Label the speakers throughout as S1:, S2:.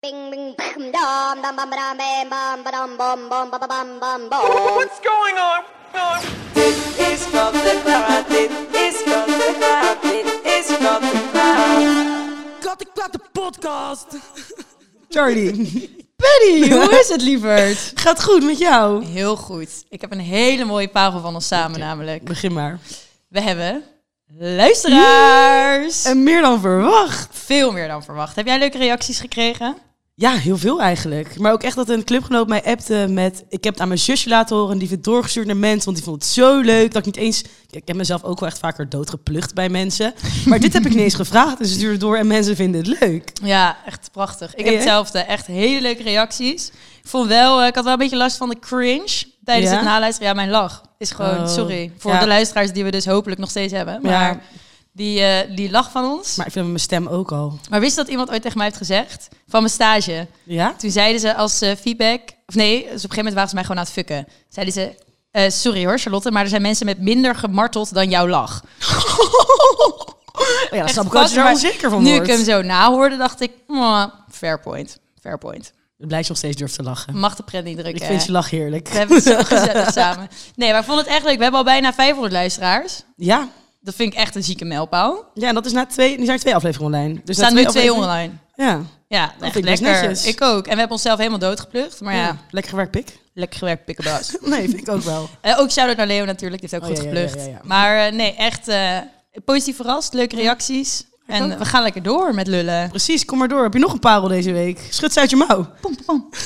S1: Bing, bing, bam, dom, dom, bam, dom, bam, bam, bam, bom, bom, bam, bam, bam, bom.
S2: What's going on? Uh,
S3: Dit is van de kwaad, dit is van de kwaad, dit is van de kwaad.
S4: Kattenklatten podcast.
S5: Charlie.
S6: Penny, hoe is het lieverd?
S5: Gaat goed met jou?
S6: Heel goed. Ik heb een hele mooie parel van ons samen namelijk.
S5: Begin maar.
S6: We hebben luisteraars.
S5: En meer dan verwacht.
S6: Veel meer dan verwacht. Heb jij leuke reacties gekregen?
S5: Ja, heel veel eigenlijk. Maar ook echt dat een clubgenoot mij appte met... Ik heb het aan mijn zusje laten horen en die vindt het doorgestuurd naar mensen. Want die vond het zo leuk dat ik niet eens... Kijk, Ik heb mezelf ook wel echt vaker doodgeplucht bij mensen. Maar dit heb ik niet eens gevraagd. Dus ze stuurde het door en mensen vinden het leuk.
S6: Ja, echt prachtig. Ik
S5: Hey,
S6: heb
S5: hè?
S6: hetzelfde. Echt hele leuke reacties. Ik vond wel, eh, ik had wel een beetje last van de cringe tijdens
S5: Ja?
S6: het naluisteren. Ja, mijn lach is gewoon,
S5: Oh,
S6: sorry, voor
S5: ja.
S6: de luisteraars die we dus hopelijk nog steeds hebben.
S5: Ja.
S6: Maar die, eh, die lach van ons.
S5: Maar ik vind mijn stem ook al.
S6: Maar wist je dat iemand ooit tegen mij heeft gezegd? Van mijn stage.
S5: Ja?
S6: Toen zeiden ze als eh, feedback... Of nee, dus op een gegeven moment waren ze mij gewoon aan het fucken. Zeiden ze... eh, sorry hoor, Charlotte, maar er zijn mensen met minder gemarteld dan jouw lach.
S5: Oh ja, dat
S6: Echt
S5: snap ik wel dat je daar
S6: maar
S5: onzeker van
S6: Nu
S5: wordt.
S6: ik hem zo nahoorde, dacht ik... mwah, fair point, fair point.
S5: Blijf je nog steeds durven te lachen.
S6: Mag de pret niet drukken.
S5: Ik vind
S6: hè?
S5: je lach heerlijk.
S6: We hebben het zo gezellig samen. Nee, maar ik vond het echt leuk. We hebben al bijna 500 luisteraars.
S5: Ja.
S6: Dat vind ik echt een zieke mijlpaal.
S5: Ja, en dat is na twee... Nu zijn er twee afleveringen online. Dus
S6: Er
S5: na
S6: staan nu twee
S5: afleveringen-
S6: online.
S5: Ja.
S6: Ja,
S5: vind
S6: echt
S5: ik best
S6: lekker.
S5: netjes.
S6: Ik ook. En we hebben onszelf helemaal doodgeplukt. Maar ja,
S5: ja. Lekker gewerkt, pik.
S6: lekker gewerkt, pikkenbaas.
S5: Nee, vind ik ook wel.
S6: Eh, ook shout-out naar Leo natuurlijk, die heeft ook
S5: Oh,
S6: goed
S5: ja, ja,
S6: geplukt.
S5: ja, ja, ja.
S6: Maar eh, nee, echt eh, positief verrast, leuke reacties. En we gaan lekker door met lullen.
S5: Precies, kom maar door. Heb je nog een parel deze week? Schud ze uit je mouw.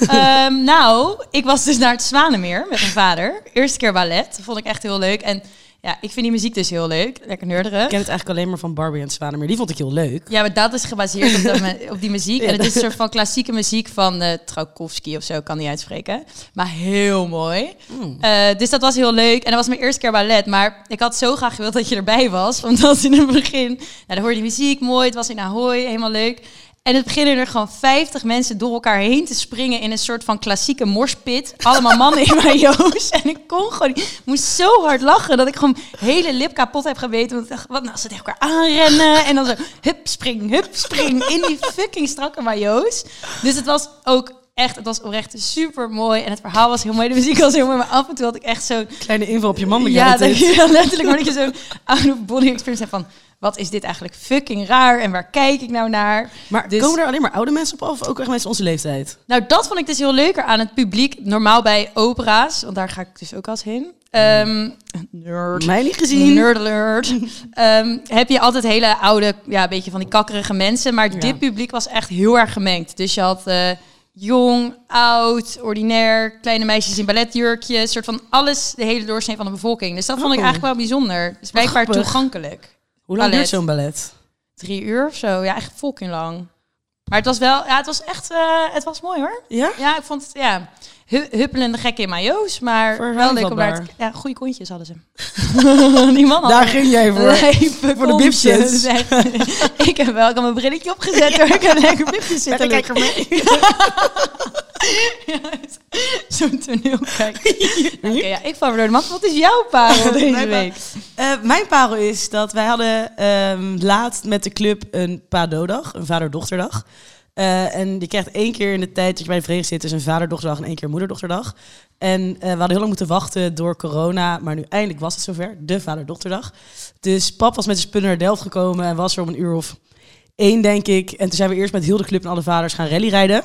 S6: Ehm, nou, ik was dus naar het Zwanenmeer met mijn vader. Eerste keer ballet, vond ik echt heel leuk. En ja, ik vind die muziek dus heel leuk. Lekker neurderen.
S5: Ik ken het eigenlijk alleen maar van Barbie en het Zwanemeer. Die vond ik heel leuk.
S6: Ja, maar dat is gebaseerd op, dat me- op die muziek. En het is een soort van klassieke muziek van eh Tchaikovsky of zo, ik kan niet uitspreken. Maar heel mooi. Eh, dus dat was heel leuk. En dat was mijn eerste keer ballet. Maar ik had zo graag gewild dat je erbij was. Omdat in het begin, nou, dan hoorde je die muziek mooi. Het was in Ahoy, helemaal leuk. En het beginnen er gewoon 50 mensen door elkaar heen te springen in een soort van klassieke morspit. Allemaal mannen in mijn joost. En ik kon gewoon, niet. ik moest zo hard lachen dat ik gewoon hele lip kapot heb geweten. Want ik dacht, wat nou als ze tegen elkaar aanrennen en dan zo hup spring, hup spring in die fucking strakke majo's. Dus het was ook echt, het was oprecht super mooi en het verhaal was heel mooi, de muziek was heel mooi, maar af en toe had ik echt zo'n
S5: Kleine inval op je mannelijke
S6: ja, dat je dan letterlijk maar dat je zo'n out of body experience hebt van wat is dit eigenlijk fucking raar en waar kijk ik nou naar?
S5: Maar
S6: Dus-
S5: komen er alleen maar oude mensen op af? Of ook echt mensen onze leeftijd?
S6: Nou, dat vond ik dus heel leuker aan het publiek. Normaal bij opera's, want daar ga ik dus ook als heen. Ehm nerd.
S5: Mij niet gezien.
S6: Nerd alert. Ehm, heb je altijd hele oude, ja, beetje van die kakkerige mensen. Maar dit publiek was echt heel erg gemengd. Dus je had eh, jong, oud, ordinair, kleine meisjes in balletjurkjes. soort van alles, de hele doorsnee van de bevolking. Dus dat vond ik
S5: Oh.
S6: eigenlijk wel bijzonder. Dus blijkbaar
S5: grappig.
S6: toegankelijk.
S5: Hoe lang
S6: Ballet.
S5: duurt zo'n ballet?
S6: Drie uur of zo. Ja, echt fucking lang. Maar het was wel, ja, het was echt, eh, het was mooi hoor.
S5: Ja?
S6: Ja, ik vond het, ja, hu- huppelende gek in majo's, maar wel leuk om
S5: Verruimbaar.
S6: naar te- Ja, goede kontjes hadden ze. Die man had
S5: Daar ging jij voor.
S6: lijpe
S5: voor de
S6: kontjes.
S5: bibjes.
S6: Dus echt, ik heb wel, ik had mijn brilletje opgezet hoor, ik heb lekker bibjes zitten lukken.
S5: mee.
S6: Zo'n toneel kijken. Oké, ja, ik val weer door de mat. Wat is jouw parel deze
S5: Mijn pa-
S6: week?
S5: Eh, mijn parel is dat wij hadden ehm, laatst met de club een PADO-dag, een vader-dochterdag. Eh, en je krijgt één keer in de tijd dat je bij de vereniging zit, dus een vader-dochterdag en één keer moeder-dochterdag. En eh, we hadden heel lang moeten wachten door corona, maar nu eindelijk was het zover, de vader-dochterdag. Dus pap was met zijn spullen naar Delft gekomen en was er om een uur of één, denk ik. En toen zijn we eerst met heel de club en alle vaders gaan rallyrijden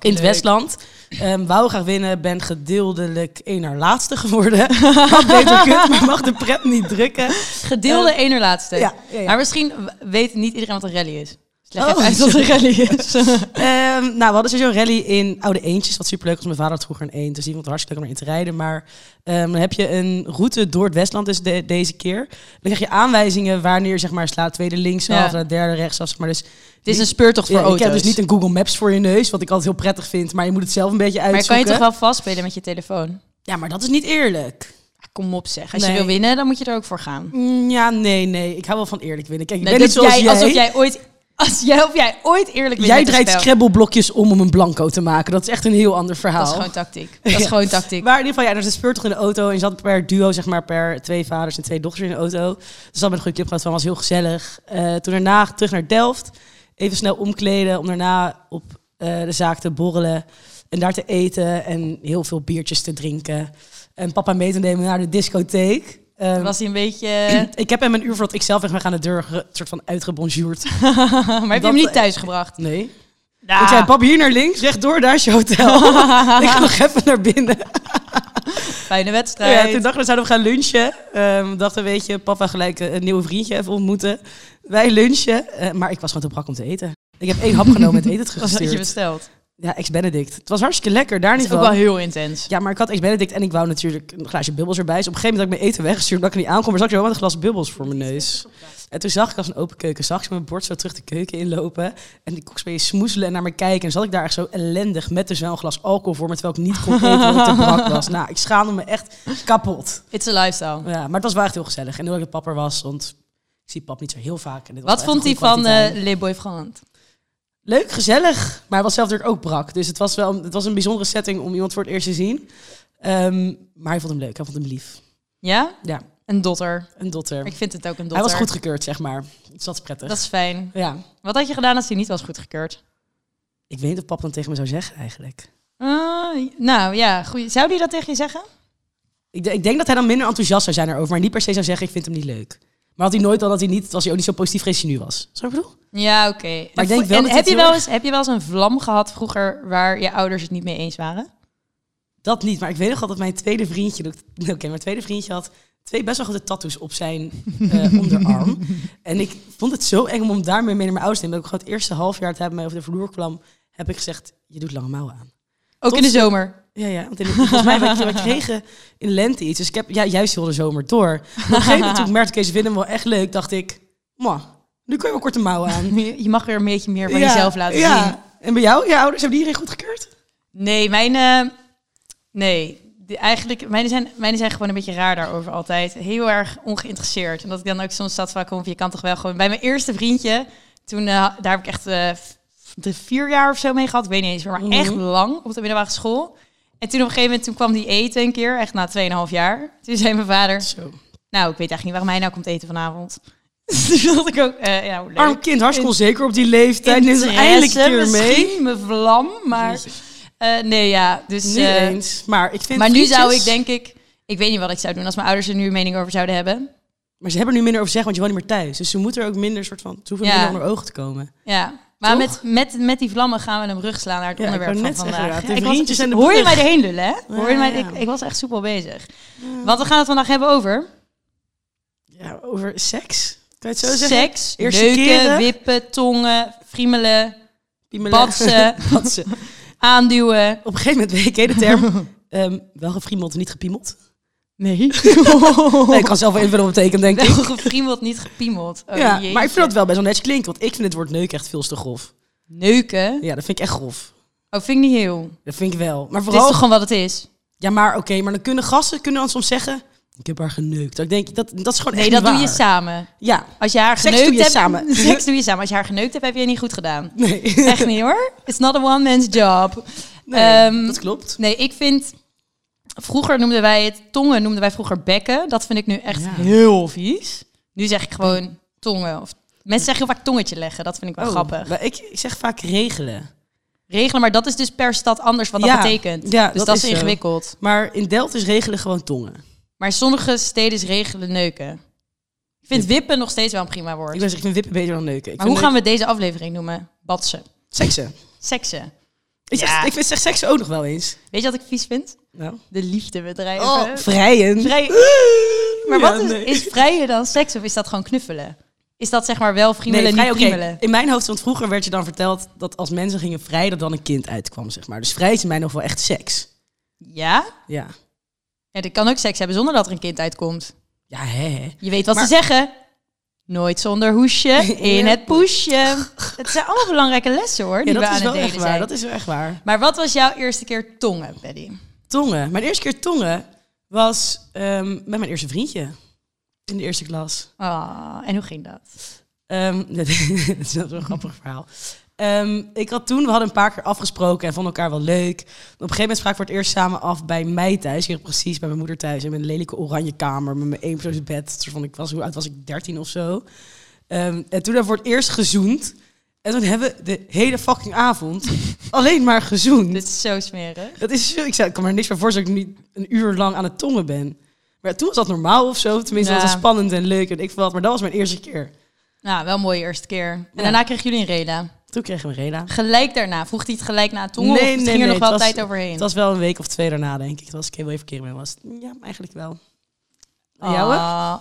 S5: in het Westland. Ehm wou graag winnen, ben gedeeltelijk één naar laatste geworden. Had beter kut, maar mag de pret niet drukken.
S6: Gedeelde één uur laatste.
S5: ja, ja, ja.
S6: Maar misschien w- weet niet iedereen wat een rally is. Dus leg
S5: Oh.
S6: even uit wat een rally is.
S5: Ehm, nou, we hadden sowieso een rally in Oude Eentjes. Wat superleuk was. Mijn vader had vroeger een eend. Dus die vond het hartstikke leuk om erin te rijden. Maar ehm, dan heb je een route door het Westland dus de- deze keer. Dan krijg je aanwijzingen wanneer zeg maar slaat tweede linksaf,
S6: Ja.
S5: en de derde rechtsaf. Zeg maar. Dus
S6: Het is een speurtocht voor
S5: ja,
S6: auto's.
S5: ik heb dus niet een Google Maps voor je neus, wat ik altijd heel prettig vind. Maar je moet het zelf een beetje
S6: maar
S5: uitzoeken.
S6: kan je toch wel vastspelen met je telefoon?
S5: Ja, maar dat is niet eerlijk.
S6: Ah, Kom op zeg. Als
S5: Nee.
S6: je wil winnen, dan moet je er ook voor gaan.
S5: Mm, Ja, nee, nee. Ik hou wel van eerlijk winnen. Kijk, ik
S6: Nee,
S5: ben
S6: dat
S5: niet zoals
S6: jij,
S5: jij.
S6: Alsof jij ooit, als jij, of jij ooit eerlijk bent
S5: Jij
S6: met het
S5: draait
S6: spel.
S5: scrabbleblokjes om om een blanco te maken. Dat is echt een heel ander verhaal.
S6: Dat is gewoon tactiek. Dat is
S5: Ja.
S6: gewoon tactiek.
S5: Maar in ieder geval, ja, er was een speurtocht in de auto. En je zat per duo, zeg maar, per twee vaders en twee dochters in de auto. Dus dat met een goede clip gehad van, was heel gezellig. Eh, toen daarna terug naar Delft. Even snel omkleden om daarna op eh, de zaak te borrelen en daar te eten en heel veel biertjes te drinken. En papa mee te nemen naar de discotheek. Ehm,
S6: Was hij een beetje...
S5: ik heb hem een uur voordat ik zelf weg ben gaan de deur ge- soort van uitgebonjourd. Ah.
S6: maar heb je hem
S5: Dat-
S6: niet thuis gebracht?
S5: Nee. Ik zei, pap, hier naar links, rechtdoor, daar is je hotel. ik ga nog even naar binnen.
S6: Fijne
S5: Ja,
S6: wedstrijd.
S5: toen dachten we, zouden we gaan lunchen. Ehm, we dachten, weet je, papa gelijk eh, een nieuwe vriendje even ontmoeten. Wij lunchen. Eh, maar ik was gewoon te brak om te eten. Ik heb één hap genomen en het eten
S6: Wat had je
S5: teruggestuurd.
S6: besteld?
S5: Ja, ex-Benedict. Het was hartstikke lekker, daar
S6: Het
S5: niet
S6: is ook
S5: van.
S6: wel heel intens.
S5: Ja, maar ik had ex-Benedict en ik wou natuurlijk een glaasje bubbels erbij. Dus op een gegeven moment had ik mijn eten weggestuurd omdat ik er niet aankom. Maar zag ik zo met een glas bubbels voor mijn neus. En toen zag ik als een open keuken, zag ik mijn bord zo terug de keuken inlopen. En die koks mee smoezelen en naar me kijken. En zat ik daar echt zo ellendig met dus wel een glas alcohol voor me. Terwijl ik niet kon eten omdat ik te brak was. Nou, ik schaamde me echt kapot.
S6: It's a lifestyle.
S5: Ja, maar het was wel echt heel gezellig. En nu dat ik de pap er was, want ik zie pap niet zo heel vaak. En dit was
S6: Wat
S5: wel
S6: vond
S5: echt een
S6: hij
S5: goede
S6: van
S5: kwaliteit.
S6: eh Le Boyfriend?
S5: Leuk, gezellig. Maar hij was zelf natuurlijk ook brak. Dus het was wel een- het was een bijzondere setting om iemand voor het eerst te zien. Ehm, maar hij vond hem leuk, hij vond hem lief.
S6: Ja?
S5: Ja,
S6: Een dotter.
S5: een dotter.
S6: Ik vind het ook een dotter.
S5: Hij was goedgekeurd, zeg maar. Dus dat is prettig.
S6: Dat is fijn.
S5: Ja.
S6: Wat had je gedaan als hij niet was goedgekeurd?
S5: Ik weet niet of pap dan tegen me zou zeggen, eigenlijk.
S6: Ah, nou ja, goeie. zou die dat tegen je zeggen?
S5: Ik, de- ik denk dat hij dan minder enthousiast zou zijn erover. Maar niet per se zou zeggen, ik vind hem niet leuk. Maar had hij nooit al dat hij niet, was hij ook niet zo positief geweest als hij nu was. Zo bedoel?
S6: Ja, oké.
S5: ik
S6: En
S5: denk
S6: vo-
S5: wel
S6: en
S5: dat
S6: heb,
S5: het
S6: je
S5: heel
S6: wel
S5: erg-
S6: eens, heb je wel eens een vlam gehad vroeger waar je ouders het niet mee eens waren?
S5: Dat niet, maar ik weet nog wel dat mijn tweede vriendje... dat ik- Oké, mijn tweede vriendje had twee best wel grote tattoos op zijn eh, onderarm. En ik vond het zo eng om hem daarmee mee naar mijn ouders te nemen. Dat ik gewoon het eerste half jaar dat hij bij mij over de vloer kwam... heb ik gezegd, je doet lange mouwen aan.
S6: Ook
S5: Tot
S6: in de
S5: ze-
S6: zomer.
S5: Ja, ja. Want in de- volgens mij wij, wij kregen in lente iets. Dus ik heb ja, juist heel de zomer door. Maar Op een gegeven moment toen ik merkte, oké, ze vinden hem wel echt leuk, dacht ik... Mwah, nu kun je wel korte mouwen aan.
S6: Je je mag weer een beetje meer van
S5: Ja,
S6: jezelf laten
S5: ja.
S6: zien.
S5: En bij jou, je ouders, hebben die iedereen goed gekeurd?
S6: Nee, mijn... eh, nee, Die- eigenlijk... Mijn zijn, mijn zijn gewoon een beetje raar daarover altijd. Heel erg ongeïnteresseerd. En dat ik dan ook soms zat van... Kom, op, je kan toch wel gewoon... Bij mijn eerste vriendje... Toen, eh, daar heb ik echt eh, v- de vier jaar of zo mee gehad. Ik weet niet eens meer. Maar
S5: Mhm.
S6: echt lang op de middelbare school. En toen op een gegeven moment... Toen kwam die eten een keer. Echt na 2,5 jaar. Toen zei mijn vader...
S5: Zo.
S6: Nou, ik weet eigenlijk niet waarom hij nou komt eten vanavond. Dus toen dacht ik ook... eh, ja, leuk.
S5: Arm kind, hartstikke onzeker op die leeftijd. Neemt er
S6: Interesse,
S5: eindelijk een keer mee.
S6: misschien mijn vlam, maar... eh, nee, ja, dus...
S5: Niet
S6: eh,
S5: eens. Maar ik vind
S6: maar nu
S5: frietjes-
S6: zou ik denk ik... Ik weet niet wat ik zou doen als mijn ouders er nu een mening over zouden hebben.
S5: Maar ze hebben er nu minder over te zeggen, want je woont niet meer thuis. Dus ze moeten er ook minder soort van... Ze hoeven
S6: Ja.
S5: minder onder ogen te komen.
S6: Ja. Maar
S5: Toch?
S6: met, met, met die vlammen gaan we hem rugslaan naar het
S5: Ja, ik
S6: onderwerp
S5: wou
S6: van
S5: net zeggen,
S6: vandaag.
S5: ja, de
S6: Ja, ik was-
S5: vriendjes en de
S6: hoor je
S5: brug.
S6: mij erheen lullen, hè? Hoor je
S5: Ja,
S6: mij,
S5: ja, ja.
S6: ik, ik was echt soepel bezig. Want we gaan het vandaag hebben over...
S5: Ja, over seks. Kan je het zo zeggen?
S6: Seks,
S5: Eerste
S6: neuken,
S5: keren.
S6: wippen, tongen, friemelen,
S5: Piemelen.
S6: batsen,
S5: Batsen.
S6: aanduwen.
S5: Op een gegeven moment weet ik de term. ehm, wel gefriemeld, niet gepiemeld.
S6: Nee.
S5: Nee, ik kan zelf wel invullen op het teken, denk ik.
S6: Oh. Wel gefriemeld, niet gepiemeld. Oh,
S5: ja,
S6: jeetje.
S5: maar ik vind dat wel best wel netjes klinkt, want ik vind het woord neuk echt veel te grof.
S6: Neuken?
S5: Ja, dat vind ik echt grof.
S6: Oh, vind ik niet heel.
S5: Dat vind ik wel. Maar
S6: Het is
S5: vooral,
S6: toch gewoon wat het is?
S5: ja, maar oké, maar dan kunnen gasten kunnen dan soms zeggen, ik heb haar geneukt. Dat ik denk, dat, dat is gewoon
S6: Nee,
S5: echt
S6: dat
S5: niet
S6: doe je
S5: waar.
S6: samen.
S5: Ja,
S6: Als je haar
S5: Seks
S6: geneukt
S5: doe je
S6: hebt,
S5: samen.
S6: Seks doe je samen. Als je haar geneukt hebt, heb je het niet goed gedaan.
S5: nee.
S6: Echt niet hoor. It's not a one man's job.
S5: nee
S6: Ehm,
S5: dat klopt.
S6: Nee, ik vind... Vroeger noemden wij het... Tongen noemden wij vroeger bekken. Dat vind ik nu echt
S5: Ja.
S6: heel vies. Nu zeg ik gewoon tongen. Of, mensen zeggen heel vaak tongetje leggen. Dat vind ik wel
S5: Oh,
S6: grappig.
S5: maar ik, ik zeg vaak regelen.
S6: Regelen, maar dat is dus per stad anders wat
S5: Ja.
S6: dat betekent.
S5: Ja,
S6: dus
S5: dat
S6: dat,
S5: is
S6: is
S5: zo.
S6: ingewikkeld.
S5: Maar in Delft is regelen gewoon tongen.
S6: Maar sommige steden is regelen neuken. Ik vind wippen nog steeds wel een prima woord.
S5: Ik, ben, ik vind wippen beter dan neuken. Ik
S6: maar hoe
S5: vind
S6: gaan we deze aflevering noemen? Batsen.
S5: Seksen.
S6: Seksen.
S5: Ik, zeg,
S6: Ja.
S5: ik vind zeg seksen ook nog wel eens.
S6: Weet je wat ik vies vind?
S5: Nou.
S6: De liefdebedrijven.
S5: Oh, vrijen.
S6: Vrij- maar
S5: Ja,
S6: wat is,
S5: nee.
S6: is vrijen dan seks of is dat gewoon knuffelen? Is dat zeg maar wel friemelen,
S5: vrij,
S6: niet
S5: oké.
S6: friemelen?
S5: In mijn hoofd, want vroeger werd je dan verteld dat als mensen gingen vrij, dat dan een kind uitkwam, zeg maar. Dus vrij is in mijn hoofd wel echt seks.
S6: Ja?
S5: Ja.
S6: ja? Ik kan ook seks hebben zonder dat er een kind uitkomt.
S5: Ja, hè, hè.
S6: Je weet wat
S5: Maar-
S6: ze zeggen. Nooit zonder hoesje, in
S5: Ja.
S6: het poesje. Het zijn allemaal belangrijke lessen hoor, die
S5: Ja,
S6: we
S5: dat
S6: aan
S5: is
S6: het
S5: wel echt
S6: delen
S5: waar.
S6: zijn.
S5: Dat is wel echt waar.
S6: Maar wat was jouw eerste keer tongen, Paddy?
S5: Tongen. Mijn eerste keer tongen was ehm, met mijn eerste vriendje. In de eerste klas.
S6: Ah, en hoe ging dat?
S5: Ehm, dat is wel zo'n grappig verhaal. Ehm, ik had toen, we hadden een paar keer afgesproken en vonden elkaar wel leuk. Op een gegeven moment spraken we voor het eerst samen af bij mij thuis. Hier precies bij mijn moeder thuis. In mijn lelijke oranje kamer met mijn eenpersoons bed. Soort van, ik was, hoe oud was ik? 13 of zo. Ehm, en toen hebben we voor het eerst gezoend. En toen hebben we de hele fucking avond alleen maar gezoend.
S6: Dit is zo smerig.
S5: Dat is zo, ik, zei, ik kan me er niks meer voorstellen dat ik nu een uur lang aan het tongen ben. Maar toen was dat normaal of zo. Tenminste, dat
S6: Ja.
S5: was spannend en leuk en ik vond dat. Maar dat was mijn eerste keer.
S6: Nou, wel een mooie eerste keer. En
S5: Ja.
S6: daarna kregen jullie een reda.
S5: Toen kregen we Reda.
S6: Gelijk daarna. Vroeg hij het gelijk na tongen of het ging er nog
S5: het
S6: wel
S5: was-
S6: tijd overheen?
S5: Het was wel een week of twee daarna, denk ik. Toen was ik helemaal even keer mee was. het- Ja, eigenlijk wel.
S6: Ah.
S5: Jouwe?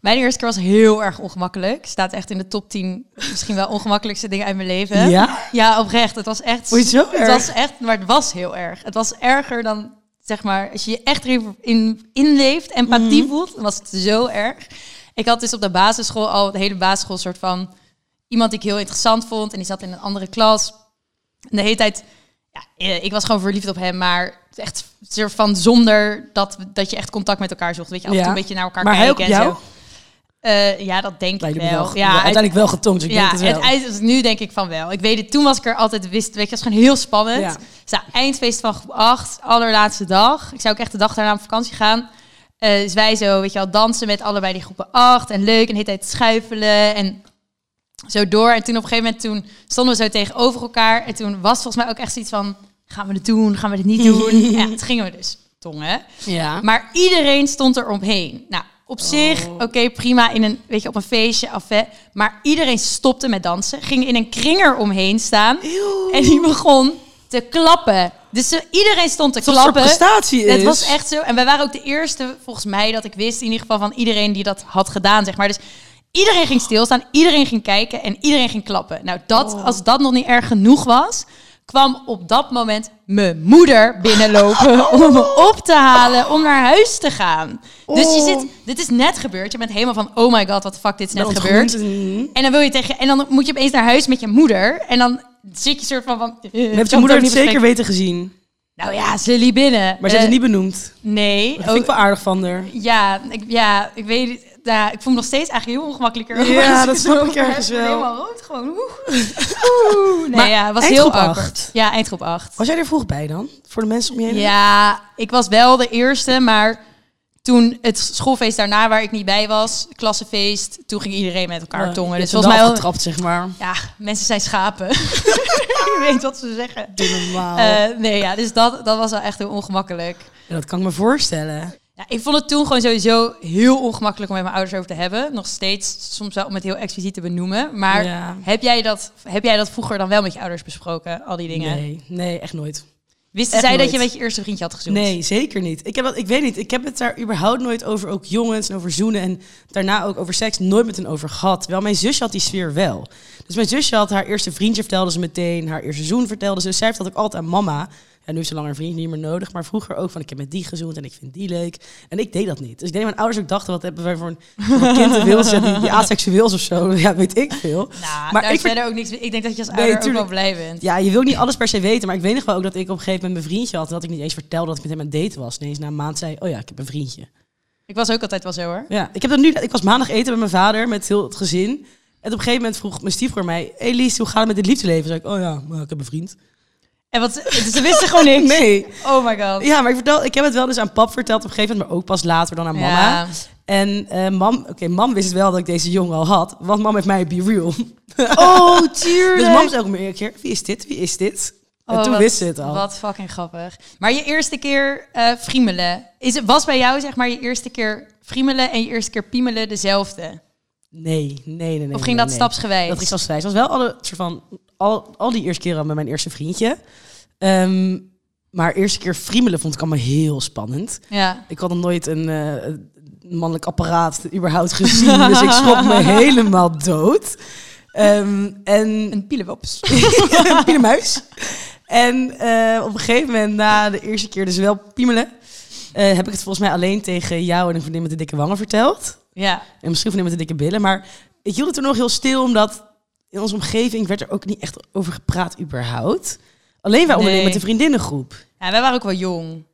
S6: Mijn eerste keer was heel erg ongemakkelijk. Staat echt in de top 10 misschien wel ongemakkelijkste dingen uit mijn leven.
S5: Ja?
S6: Ja, oprecht. Het was echt...
S5: Vond je het zo
S6: Het
S5: erg?
S6: was echt... Maar het was heel erg. Het was erger dan, zeg maar, als je je echt erin in, inleeft, empathie
S5: Mhm.
S6: voelt, dan was het zo erg. Ik had dus op de basisschool al, de hele basisschool, soort van... Iemand die ik heel interessant vond en die zat in een andere klas. En de hele tijd... Ja, eh, ik was gewoon verliefd op hem, maar echt soort van zonder dat, dat je echt contact met elkaar zocht. Weet je, af en
S5: Ja.
S6: toe een beetje naar elkaar
S5: Maar hij
S6: kijken.
S5: ook op
S6: en
S5: jou?
S6: zo. Eh, ja, dat denk
S5: Nou,
S6: ik
S5: jullie
S6: wel.
S5: wel-
S6: ja,
S5: wel-
S6: uit-
S5: uiteindelijk wel getongd. Dus ik
S6: ja,
S5: denk het wel.
S6: het eind- nu denk ik van wel. Ik weet het, toen was ik er altijd wist. Weet je, het was gewoon heel spannend.
S5: Ja.
S6: Dus nou, eindfeest van groep 8, allerlaatste dag. Ik zou ook echt de dag daarna op vakantie gaan. Eh dus wij zo, weet je wel, dansen met allebei die groepen 8 en leuk en de hele tijd schuifelen en zo door. En toen op een gegeven moment toen stonden we zo tegenover elkaar en toen was volgens mij ook echt zoiets van: gaan we het doen? Gaan we het niet doen? ja, dat gingen we dus tongen.
S5: ja. Oh.
S6: Maar iedereen stond er omheen. Nou, op zich, oké, prima. In een, weet je, op een feestje, affaire. Maar iedereen stopte met dansen. Ging in een kring eromheen staan. En die begon te klappen. Dus ze- iedereen stond te
S5: Wat voor
S6: klappen.
S5: prestatie
S6: Het
S5: is.
S6: was echt zo. En wij waren ook de eerste, volgens mij, dat ik wist. In ieder geval van iedereen die dat had gedaan, zeg maar. Dus iedereen ging stilstaan. Iedereen ging kijken. En iedereen ging klappen. Nou, dat,
S5: Oh.
S6: als dat nog niet erg genoeg was... kwam op dat moment mijn moeder
S5: Oh.
S6: binnenlopen... om me op te halen, om naar huis te gaan. Dus
S5: Oh.
S6: je zit... Dit is net gebeurd. Je bent helemaal van... Oh my god, wat de fuck, dit is net
S5: Dat
S6: gebeurd.
S5: ontgroent-
S6: En dan wil je tegen... En dan moet je opeens naar huis met je moeder. En dan zit je soort van... van eh, kan
S5: Heeft
S6: het
S5: je
S6: ook
S5: moeder het
S6: niet
S5: zeker
S6: bespreken.
S5: weten gezien?
S6: Nou ja, ze liep binnen.
S5: Maar ze heeft
S6: Eh,
S5: het niet benoemd.
S6: Nee. oh,
S5: Dat vind ik wel aardig van haar.
S6: Ja, ik, ja, ik weet het. Ja, ik voel me nog steeds eigenlijk heel ongemakkelijker.
S5: Ja,
S6: Als
S5: dat
S6: ik
S5: snap
S6: zo
S5: ik ergens
S6: ben,
S5: wel.
S6: Helemaal rood, gewoon. Oeh. Oeh. Nee,
S5: Maar
S6: ja, het was heel
S5: eindgroep
S6: awkward.
S5: acht.
S6: Ja, eindgroep 8.
S5: Was jij er vroeg bij dan? Voor de mensen om je heen?
S6: Ja, ik was wel de eerste, maar toen het schoolfeest daarna waar ik niet bij was, klassefeest, toen ging iedereen met elkaar
S5: Eh,
S6: tongen.
S5: je
S6: Dus
S5: hebt
S6: volgens mij
S5: wel
S6: wel-
S5: getrapt, zeg maar.
S6: Ja, mensen zijn schapen. Je weet wat ze zeggen.
S5: Doe normaal.
S6: Eh, nee, ja, dus dat, dat was wel echt heel ongemakkelijk.
S5: Ja, dat kan ik me voorstellen.
S6: Ja, ik vond het toen gewoon sowieso heel ongemakkelijk om met mijn ouders over te hebben. Nog steeds, soms wel om het heel expliciet te benoemen. Maar
S5: Ja.
S6: heb, jij dat, heb jij dat vroeger dan wel met je ouders besproken, al die dingen?
S5: Nee, nee, echt nooit.
S6: Wisten
S5: Echt
S6: zij dat
S5: nooit.
S6: je met je eerste vriendje had gezoend?
S5: Nee, zeker niet. Ik, heb dat, ik weet niet, ik heb het daar überhaupt nooit over, ook jongens en over zoenen en daarna ook over seks, nooit met hen over gehad. Wel, mijn zusje had die sfeer wel. Dus mijn zusje had haar eerste vriendje vertelde ze meteen, haar eerste zoen vertelde ze. Dus zij vertelde ook altijd aan mama. Ja, nu is ze langer vriend niet meer nodig, maar vroeger ook van ik heb met die gezoend en ik vind die leuk. En ik deed dat niet. Dus ik denk dat mijn ouders ook dachten, wat hebben wij voor een, voor een kind te veel zetten die, die aseksueel is of zo. Ja, weet ik veel.
S6: Nou,
S5: Maar
S6: daar
S5: ik
S6: is
S5: ver-
S6: verder ook niks. Ik denk dat je als
S5: Nee,
S6: ouder
S5: tuurlijk.
S6: ook wel blij bent.
S5: Ja, je wil niet alles per se weten, maar ik weet nog wel ook dat ik op een gegeven moment mijn vriendje had. en Dat ik niet eens vertelde dat ik met hem aan het daten was. Ineens na een maand zei, oh ja, ik heb een vriendje.
S6: Ik was ook altijd wel zo hoor.
S5: Ja, ik heb dat nu. Ik was maandag eten met mijn vader, met heel het gezin. En op een gegeven moment vroeg mijn stiefbroer mij: Hey Lies, hoe gaat het met dit liefdesleven? Zei ik: Oh ja, maar ik heb een vriend.
S6: En wat, dus ze ze wisten gewoon niks.
S5: Nee.
S6: Oh my god.
S5: Ja, maar ik, vertel, ik heb het wel dus aan pap verteld op een gegeven moment, maar ook pas later dan aan mama.
S6: Ja.
S5: En eh, mam, oké, mam wist wel dat ik deze jongen al had, want mam heeft mij be real.
S6: Oh, tuurlijk.
S5: Dus mam zei ook meer een keer: Wie is dit? Wie is dit? en
S6: Oh,
S5: toen
S6: wat-
S5: wist ze het al.
S6: Wat fucking grappig. Maar je eerste keer eh friemelen. Is het, was bij jou zeg maar je eerste keer friemelen en je eerste keer piemelen dezelfde?
S5: Nee, nee, nee, nee.
S6: Of ging
S5: nee,
S6: dat
S5: nee.
S6: stapsgewijs?
S5: Dat ging stapsgewijs. Het was wel alle, soort van, al, al die eerste keren met mijn eerste vriendje. Ehm, maar eerste keer friemelen vond ik allemaal heel spannend.
S6: Ja.
S5: Ik had nog nooit een eh, mannelijk apparaat überhaupt gezien. dus ik schrok me helemaal dood. Ehm, en
S6: Een pielenwops.
S5: een pielenmuis. En eh, op een gegeven moment, na de eerste keer dus wel piemelen... eh, heb ik het volgens mij alleen tegen jou en een vriendin met de dikke wangen verteld.
S6: Ja.
S5: En misschien van met de dikke billen. Maar ik hield het toen nog heel stil, omdat in onze omgeving werd er ook niet echt over gepraat überhaupt. Alleen wij onderling
S6: Nee.
S5: met de vriendinnengroep.
S6: ja. Wij waren ook wel jong.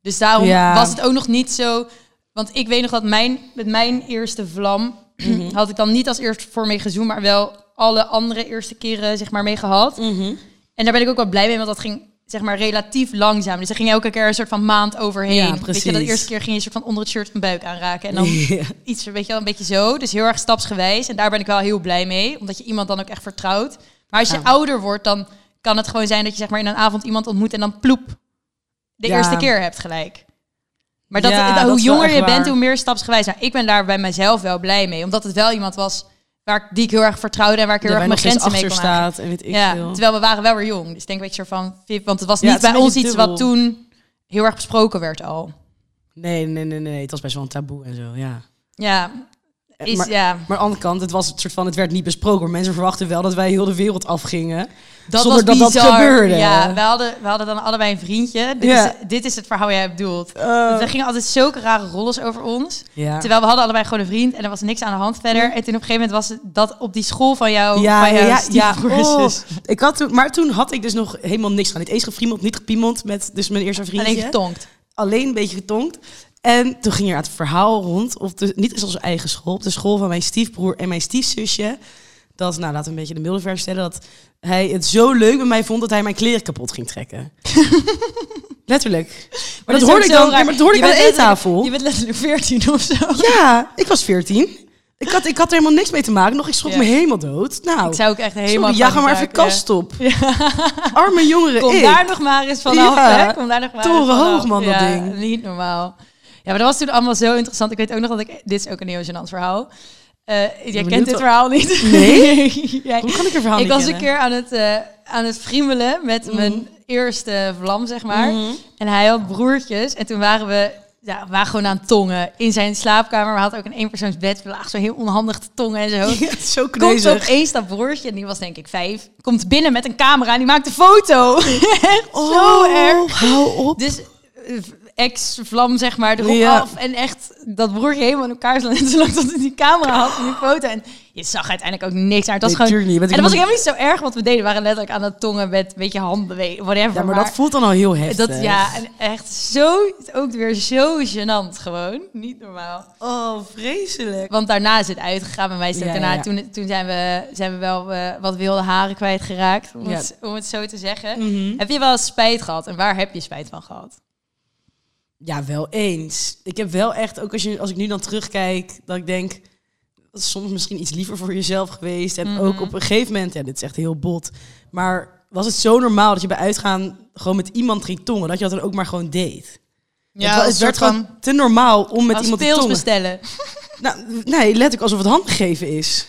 S6: Dus daarom
S5: Ja.
S6: was het ook nog niet zo... Want ik weet nog dat mijn, met mijn eerste vlam... had ik dan niet als eerste voor mee gezoend... maar wel alle andere eerste keren zeg maar, mee gehad.
S5: Mhm.
S6: En daar ben ik ook wel blij mee, want dat ging zeg maar relatief langzaam. Dus daar ging elke keer een soort van maand overheen.
S5: Ja,
S6: Weet je, dat
S5: precies.
S6: eerste keer ging je een soort van onder het shirt een buik aanraken. En dan
S5: Ja.
S6: iets, weet je wel, een beetje zo. Dus heel erg stapsgewijs. En daar ben ik wel heel blij mee, omdat je iemand dan ook echt vertrouwt. Maar als je ouder wordt, dan kan het gewoon zijn dat je zeg maar in een avond iemand ontmoet en dan ploep de
S5: Ja.
S6: eerste keer hebt gelijk. Maar dat,
S5: Ja,
S6: dat-
S5: dat
S6: hoe
S5: is wel
S6: jonger
S5: echt
S6: je bent,
S5: waar.
S6: hoe meer stapsgewijs. Nou, ik ben daar bij mezelf wel blij mee. Omdat het wel iemand was waar ik, die ik heel erg vertrouwde en waar ik heel
S5: Daar
S6: erg
S5: wij
S6: mijn
S5: nog steeds
S6: grenzen mee
S5: achter
S6: kon aangeven.
S5: staat en weet ik
S6: Ja,
S5: veel.
S6: terwijl we waren wel weer jong. Dus ik denk een beetje van, want het was
S5: Ja,
S6: niet
S5: het is
S6: bij
S5: een
S6: ons
S5: beetje
S6: iets wat
S5: dubbel.
S6: toen heel erg besproken werd al.
S5: Nee, nee, nee, nee, nee. Het was best wel een taboe en zo, ja.
S6: Ja,
S5: Eh,
S6: is,
S5: maar,
S6: ja.
S5: maar aan de andere kant, het, was het, soort van, het werd niet besproken. maar Mensen verwachten wel dat wij heel de wereld afgingen.
S6: Dat
S5: zonder
S6: was
S5: dat
S6: bizar.
S5: dat gebeurde.
S6: Ja, we hadden, we hadden dan allebei een vriendje. Dit,
S5: Ja.
S6: is, dit is het verhaal jij bedoelt.
S5: Eh,
S6: Er gingen altijd zulke rare rollen over ons.
S5: ja.
S6: Terwijl we hadden allebei gewoon een vriend en er was niks aan de hand verder. En toen op een gegeven moment was het dat op die school van jou,
S5: Ja,
S6: van
S5: ja,
S6: jou
S5: ja, ja.
S6: stiefbroers
S5: Oh,
S6: is.
S5: ik had toen, maar toen had ik dus nog helemaal niks aan. Niet eens gefriemeld, niet gepiemeld met dus mijn eerste vriendje.
S6: Alleen getonkt.
S5: alleen een beetje getongd. En toen ging er het verhaal rond, op de, niet eens onze eigen school, op de school van mijn stiefbroer en mijn stiefzusje. Dat, nou laten we een beetje de middel verstellen, dat hij het zo leuk met mij vond dat hij mijn kleren kapot ging trekken. Letterlijk. Maar,
S6: dit
S5: dat
S6: is ook
S5: hoorde ik
S6: zo
S5: dan,
S6: raar.
S5: ja, maar dat hoorde
S6: Je
S5: ik aan de
S6: bent letterlijk-
S5: eettafel.
S6: Je bent letterlijk 14 of zo.
S5: Ja, ik was veertien. Ik had, ik had er helemaal niks mee te maken, nog ik schrok
S6: Ja.
S5: me helemaal dood. Nou,
S6: Ik zou ook echt helemaal...
S5: sorry, ja, ga
S6: paniek
S5: maar even
S6: raken, ja.
S5: kast op. Arme jongeren,
S6: Kom
S5: ik.
S6: daar nog maar eens vanaf,
S5: Ja.
S6: hè? Kom daar nog maar
S5: Torenhoog,
S6: eens vanaf.
S5: man, dat
S6: Ja,
S5: ding.
S6: niet normaal. Ja, maar dat was toen allemaal zo interessant. Ik weet ook nog dat ik... Dit is ook een heel gênant verhaal. Eh, jij
S5: benieuwd
S6: kent dit
S5: wat-
S6: verhaal niet.
S5: Nee?
S6: Jij-
S5: Hoe kan ik er verhaal
S6: ik
S5: niet
S6: was een
S5: kennen? Mm.
S6: keer aan het, eh, aan het friemelen met mijn eerste vlam, zeg maar. En hij had broertjes. En toen waren we, ja, we waren gewoon aan het tongen in zijn slaapkamer. We hadden ook een eenpersoonsbed. We lagen zo heel onhandig te tongen en zo.
S5: Ja, het is zo
S6: Komt
S5: knezig.
S6: opeens dat broertje, en die was denk ik vijf, komt binnen met een camera en die maakt een foto. Echt zo erg.
S5: Oh, hou op.
S6: Dus eh, ex-vlam zeg maar erop
S5: Ja.
S6: af en echt dat broertje helemaal in elkaar slaan. En zolang dat hij die camera had en die foto. En je zag uiteindelijk ook niks uit. Het was
S5: Nee,
S6: gewoon...
S5: tuurlijk niet,
S6: En
S5: want
S6: dat
S5: ik
S6: was ook
S5: moet-
S6: helemaal niet zo erg wat we deden. We waren letterlijk aan het tongen met een beetje handbeweging, whatever.
S5: Ja, maar dat voelt dan al heel heftig.
S6: dat, ja, en echt zo, ook weer zo gênant gewoon. Niet normaal.
S5: Oh, vreselijk.
S6: Want daarna is het uitgegaan bij mij. Is het
S5: Ja,
S6: daarna,
S5: ja.
S6: Toen, toen zijn, we, zijn we wel eh, wat wilde haren kwijtgeraakt, om,
S5: Ja. Mhm.
S6: het, om het zo te zeggen. Heb je wel eens spijt gehad? En waar heb je spijt van gehad?
S5: Ja, wel eens. Ik heb wel echt, ook als, je, als ik nu dan terugkijk, dat ik denk, dat is soms misschien iets liever voor jezelf geweest.
S6: Mhm.
S5: En ook op een gegeven moment, ja, dit is echt heel bot. Maar was het zo normaal dat je bij uitgaan gewoon met iemand ging tongen, dat je dat dan ook maar gewoon deed? het, wa- het werd gewoon te normaal om met
S6: als
S5: iemand te
S6: pils
S5: tongen.
S6: bestellen.
S5: Nou, nee, letterlijk alsof het handgegeven is.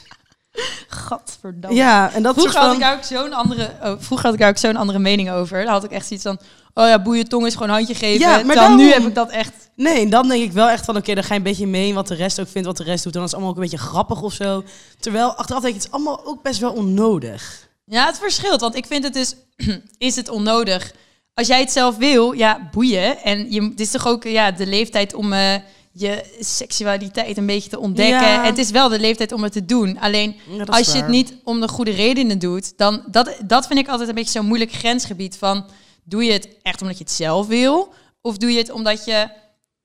S6: Gadverdamme.
S5: Ja, en dat
S6: Oh. Vroeger had,
S5: soort van...
S6: ik daar ook zo'n andere, oh, vroeger had ik daar ook zo'n andere mening over. Dan had ik echt zoiets van, oh ja, boeien tong is gewoon handje geven.
S5: Ja, maar
S6: Terwijl
S5: daarom.
S6: nu heb ik dat echt...
S5: Nee, en dan denk ik wel echt van, oké, dan ga je een beetje mee in wat de rest ook vindt, wat de rest doet. En dat is allemaal ook een beetje grappig of zo. Terwijl, achteraf denk ik, het is allemaal ook best wel onnodig.
S6: Ja, het verschilt. Want ik vind het dus, is het onnodig? Als jij het zelf wil, ja, boeien. En je, het is toch ook ja, de leeftijd om eh, je seksualiteit een beetje te ontdekken.
S5: Ja.
S6: En het is wel de leeftijd om het te doen. Alleen,
S5: Ja, dat is
S6: als je het
S5: waar.
S6: niet om de goede redenen doet, dan dat, dat vind ik altijd een beetje zo'n moeilijk grensgebied van, doe je het echt omdat je het zelf wil? Of doe je het omdat je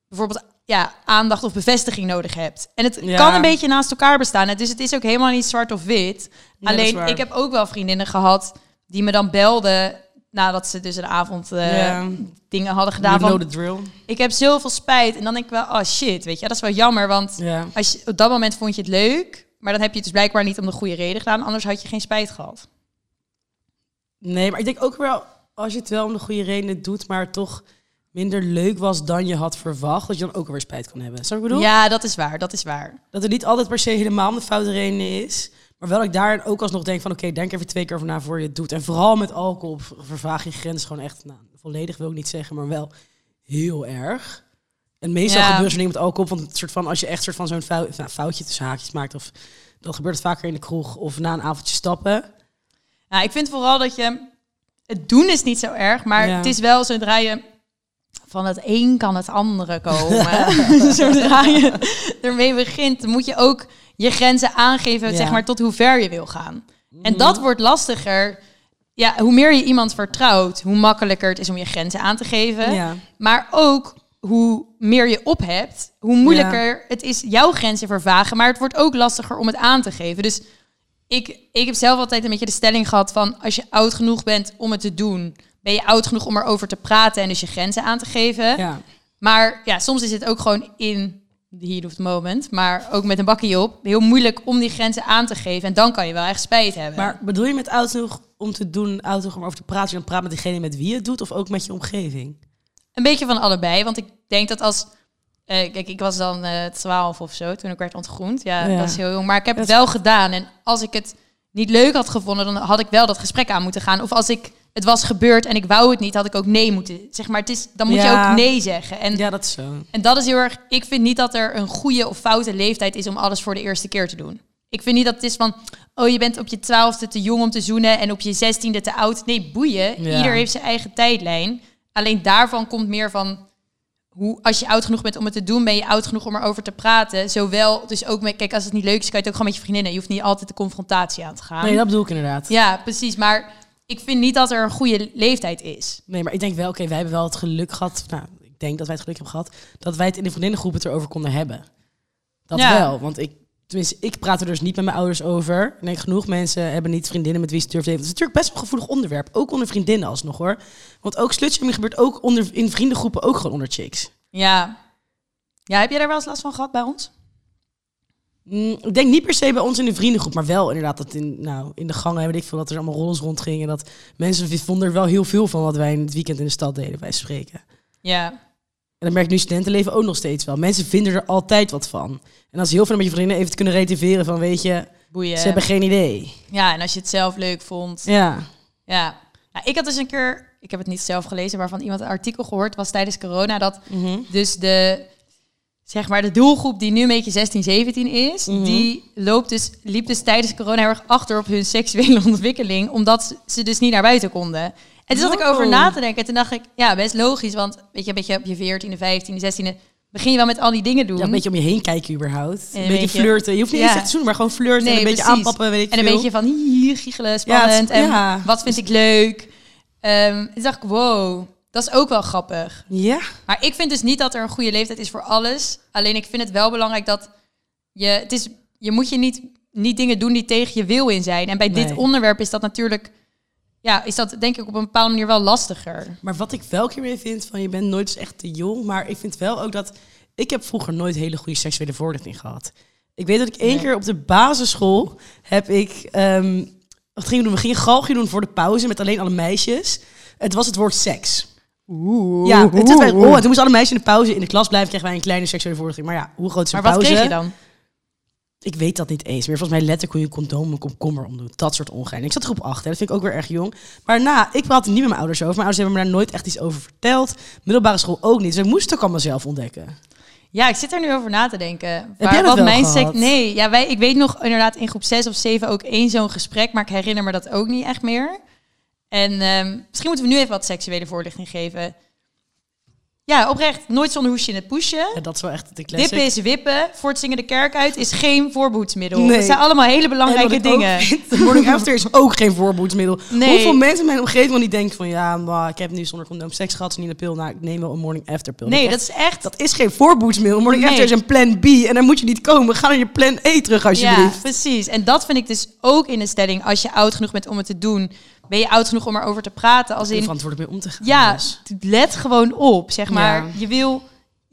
S6: bijvoorbeeld ja, aandacht of bevestiging nodig hebt. En het
S5: Ja.
S6: kan een beetje naast elkaar bestaan. hè. Dus het is ook helemaal niet zwart of wit.
S5: dat is
S6: Alleen,
S5: waar.
S6: ik heb ook wel vriendinnen gehad die me dan belden nadat ze dus een avond eh,
S5: Ja.
S6: dingen hadden gedaan.
S5: You know
S6: Van,
S5: the drill.
S6: ik heb zoveel spijt. En dan denk ik wel, oh shit, weet je, dat is wel jammer. Want
S5: Ja.
S6: als je, op dat moment vond je het leuk, maar dan heb je het dus blijkbaar niet om de goede reden gedaan. Anders had je geen spijt gehad.
S5: Nee, maar ik denk ook wel, als je het wel om de goede redenen doet, maar toch minder leuk was dan je had verwacht, dat je dan ook weer spijt kan hebben. Snap je wat ik bedoel?
S6: Ja, dat is waar, dat is waar.
S5: Dat het niet altijd per se helemaal om de foute redenen is. Maar wel dat ik daar ook alsnog denk van, oké, denk even twee keer over na voor je het doet. En vooral met alcohol v- vervaag je grens gewoon echt, nou, volledig wil ik niet zeggen, maar wel heel erg. En meestal
S6: Ja.
S5: gebeurt zo'n ding met alcohol, want het soort van, als je echt soort van zo'n fout, nou, foutje tussen haakjes maakt, of dan gebeurt het vaker in de kroeg of na een avondje stappen.
S6: Nou, ik vind vooral dat je... Het doen is niet zo erg, maar
S5: Ja.
S6: het is wel zodra je... Van het een kan het andere komen. zodra je ermee begint, moet je ook je grenzen aangeven...
S5: Ja. Mhm.
S6: zeg maar, tot hoe ver je wil gaan. En dat wordt lastiger... Ja, hoe meer je iemand vertrouwt, hoe makkelijker het is om je grenzen aan te geven.
S5: Ja.
S6: Maar ook hoe meer je op hebt, hoe moeilijker het is jouw grenzen vervagen. Maar het wordt ook lastiger om het aan te geven. Dus ik, ik heb zelf altijd een beetje de stelling gehad van als je oud genoeg bent om het te doen, ben je oud genoeg om erover te praten en dus je grenzen aan te geven.
S5: Ja.
S6: Maar ja, soms is het ook gewoon in heat of the moment, maar ook met een bakkie op. Heel moeilijk om die grenzen aan te geven. En dan kan je wel echt spijt hebben.
S5: Maar bedoel je met oud genoeg om te doen, oud genoeg om over te praten, je dan praat met degene met wie je het doet of ook met je omgeving?
S6: Een beetje van allebei, want ik denk dat als... eh, kijk, ik was dan eh 12 of zo toen ik werd ontgroend. Ja,
S5: Ja.
S6: dat is heel jong. Maar ik heb het wel gedaan. En als ik het niet leuk had gevonden, dan had ik wel dat gesprek aan moeten gaan. Of als ik het was gebeurd en ik wou het niet, had ik ook nee moeten. Zeg maar, het is, dan moet
S5: Ja.
S6: je ook nee zeggen. En,
S5: Ja, dat is zo.
S6: en dat is heel erg... Ik vind niet dat er een goede of foute leeftijd is om alles voor de eerste keer te doen. Ik vind niet dat het is van, oh je bent op je twaalfde te jong om te zoenen en op je zestiende te oud. Nee, boeien.
S5: Ja.
S6: Ieder heeft zijn eigen tijdlijn. Alleen daarvan komt meer van, hoe, als je oud genoeg bent om het te doen, ben je oud genoeg om erover te praten. Zowel, dus ook met, kijk als het niet leuk is, kan je het ook gewoon met je vriendinnen. Je hoeft niet altijd de confrontatie aan te gaan.
S5: Nee, dat bedoel ik inderdaad.
S6: Ja, precies. Maar ik vind niet dat er een goede leeftijd is.
S5: Nee, maar ik denk wel, oké, wij hebben wel het geluk gehad. Nou, ik denk dat wij het geluk hebben gehad. Dat wij het in de vriendinnengroep het erover konden hebben. Dat
S6: Ja.
S5: wel. Want ik, tenminste, ik praat er dus niet met mijn ouders over. Nee, genoeg mensen hebben niet vriendinnen met wie ze durven te leven. Het is natuurlijk best wel een gevoelig onderwerp. Ook onder vriendinnen alsnog hoor. Want ook slutshaming gebeurt ook onder, in vriendengroepen, ook gewoon onder chicks.
S6: Ja. Ja, heb jij daar wel eens last van gehad bij ons?
S5: Mm, ik denk niet per se bij ons in de vriendengroep, maar wel inderdaad dat in, nou, in de gangen weet ik veel dat er allemaal rollers rondgingen. En dat mensen v- vonden er wel heel veel van wat wij in het weekend in de stad deden, wij spreken.
S6: Ja.
S5: En dat merk ik nu studentenleven ook nog steeds wel. Mensen vinden er altijd wat van. En als heel veel met je vrienden even te kunnen relativeren van weet je,
S6: Boeien.
S5: ze hebben geen idee.
S6: Ja, en als je het zelf leuk vond. Ja.
S5: Ja.
S6: Nou, ik had dus een keer, ik heb het niet zelf gelezen, maar van iemand een artikel gehoord, was tijdens corona dat
S5: Mhm.
S6: dus de, zeg maar, de doelgroep die nu een beetje 16, 17 is,
S5: Mhm.
S6: die loopt dus, liep dus tijdens corona heel erg achter op hun seksuele ontwikkeling, omdat ze- ze dus niet naar buiten konden. En toen zat ik over
S5: Oh.
S6: na te denken en toen dacht ik, ja, best logisch, want weet je, een beetje op je 14e, 15e, 16e begin je wel met al die dingen doen.
S5: Ja, een beetje om je heen kijken überhaupt.
S6: En
S5: Een,
S6: Mhm. een
S5: beetje,
S6: beetje-
S5: flirten. Je hoeft niet
S6: Ja.
S5: eens echt te zoenen, maar gewoon flirten en een beetje
S6: precies.
S5: aanpappen, weet ik
S6: En een
S5: veel.
S6: beetje van hier, giechelen, spannend.
S5: Ja, het-
S6: en
S5: ja.
S6: wat vind ik leuk. Ehm toen dacht ik, wow, dat is ook wel grappig.
S5: Ja.
S6: Maar ik vind dus niet dat er een goede leeftijd is voor alles. Alleen ik vind het wel belangrijk dat je... Het is, je moet je niet, niet dingen doen die tegen je wil in zijn. En bij dit
S5: Nee.
S6: onderwerp is dat natuurlijk... Ja, is dat denk ik op een bepaalde manier wel lastiger.
S5: Maar wat ik wel keer weer vind van je bent nooit dus echt te jong, maar ik vind wel ook dat ik heb vroeger nooit hele goede seksuele voorlichting gehad. Ik weet dat ik één keer op de basisschool heb ik ehm, wat gingen we doen? We gingen galgje doen voor de pauze met alleen alle meisjes. Het was het woord seks. Oeh. Ja, en toen, zaten wij- oh, en toen moesten alle meisjes in de pauze in de klas blijven, kregen wij een kleine seksuele voorlichting. Maar ja, hoe groot is een
S6: Maar wat
S5: pauze?
S6: kreeg je dan?
S5: Ik weet dat niet eens meer. Volgens mij letterlijk hoe je een condoom en een komkommer omdoet. Dat soort ongein. Ik zat groep 8, hè. dat vind ik ook weer erg jong. Maar na, ik had het niet met mijn ouders over. Mijn ouders hebben me daar nooit echt iets over verteld. Middelbare school ook niet. Dus ik moest het ook allemaal zelf ontdekken.
S6: Ja, ik zit er nu over na te denken.
S5: jij dat
S6: wat
S5: wel
S6: mijn
S5: gehad?
S6: Nee, ja, wij, ik weet nog inderdaad in groep 6 of 7 ook één zo'n gesprek, maar ik herinner me dat ook niet echt meer. En ehm, misschien moeten we nu even wat seksuele voorlichting geven. Ja, oprecht, nooit zonder hoesje in het poesje.
S5: Ja, dat is wel echt de classic.
S6: Wippen is wippen, voortzingen de kerk uit is geen voorboedsmiddel.
S5: Nee.
S6: Dat zijn allemaal hele
S5: En wat
S6: belangrijke
S5: ik ook
S6: dingen.
S5: vind, De morning after is ook geen voorboedsmiddel.
S6: Nee.
S5: Hoeveel mensen in mijn omgeving wel niet denken van... Ja, maar ik heb nu zonder condoom seks gehad, is niet een pil. Nou, ik neem wel een morning after pil.
S6: Nee,
S5: Ik
S6: dat
S5: echt-
S6: is echt...
S5: dat is geen voorboedsmiddel. Morning
S6: Nee.
S5: after is een plan B. En dan moet je niet komen. Ga naar je plan E terug
S6: Ja,
S5: alsjeblieft.
S6: precies. En dat vind ik dus ook in de stelling, als je oud genoeg bent om het te doen, ben je oud genoeg om erover te praten. Als
S5: Ja.
S6: in,
S5: Verantwoordelijk mee om te gaan.
S6: Ja,
S5: dus.
S6: t- let gewoon op, zeg maar.
S5: Ja.
S6: Je wil...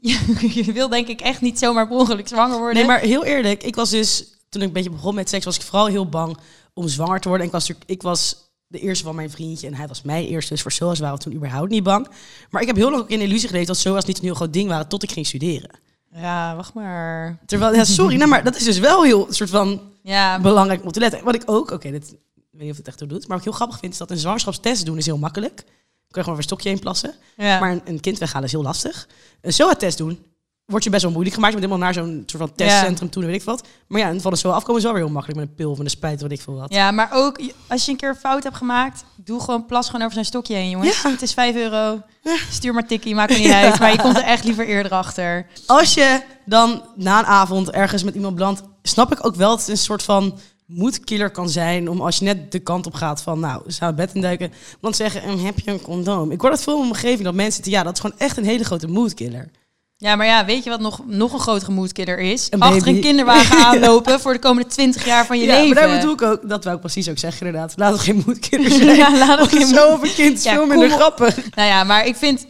S6: Je wil denk ik echt niet zomaar per ongeluk zwanger worden.
S5: Nee, maar heel eerlijk, ik was dus toen ik een beetje begon met seks, was ik vooral heel bang om zwanger te worden. En ik was natuurlijk, ik was de eerste van mijn vriendje en hij was mijn eerste, dus voor SOAS waren we toen überhaupt niet bang. Maar ik heb heel lang ook in de illusie geleefd dat SOAS niet een heel groot ding waren tot ik ging studeren.
S6: Ja, wacht maar.
S5: Terwijl, ja, sorry, nou, maar dat is dus wel heel soort van
S6: Ja,
S5: belangrijk om te letten. Wat ik ook, oké, dit ik weet niet of het echt toe doet, maar wat ik heel grappig vind is dat een zwangerschapstest doen is heel makkelijk. Dan kun je gewoon weer een stokje in plassen.
S6: ja.
S5: Maar een, een kind weghalen is heel lastig. Een SOA-test doen wordt je best wel moeilijk gemaakt. Je moet helemaal naar zo'n soort van testcentrum toe en weet ik wat. Maar ja, en van de SOA afkomen is wel weer heel makkelijk met een pil of met een spuit, weet ik veel wat.
S6: ja, maar ook je- als je een keer een fout hebt gemaakt, doe gewoon plas gewoon over zijn stokje heen, jongens. Het is 5 euro. Stuur maar tikkie, maakt me niet uit. Maar je komt er echt liever eerder achter.
S5: Als je dan na een avond ergens met iemand belandt, snap ik ook wel dat het een soort van moedkiller kan zijn om als je net de kant op gaat van nou, ze gaan het bed induiken, dan zeggen, "Ehm, heb je een condoom? Ik hoor dat veel in mijn omgeving, dat mensen zitten, ja, dat is gewoon echt een hele grote moedkiller.
S6: Ja, maar ja, weet je wat nog, nog een grotere moedkiller is?
S5: Een
S6: Achter
S5: baby.
S6: een kinderwagen aanlopen voor de komende 20 jaar van je
S5: Ja,
S6: leven.
S5: maar daar bedoel ik ook, dat wou ik precies ook zeggen inderdaad. Laat het geen moedkiller zijn.
S6: Ja, laat het
S5: Want
S6: geen
S5: zo op een kind is
S6: Ja,
S5: veel minder
S6: kom op.
S5: grappig.
S6: Nou ja, maar ik vind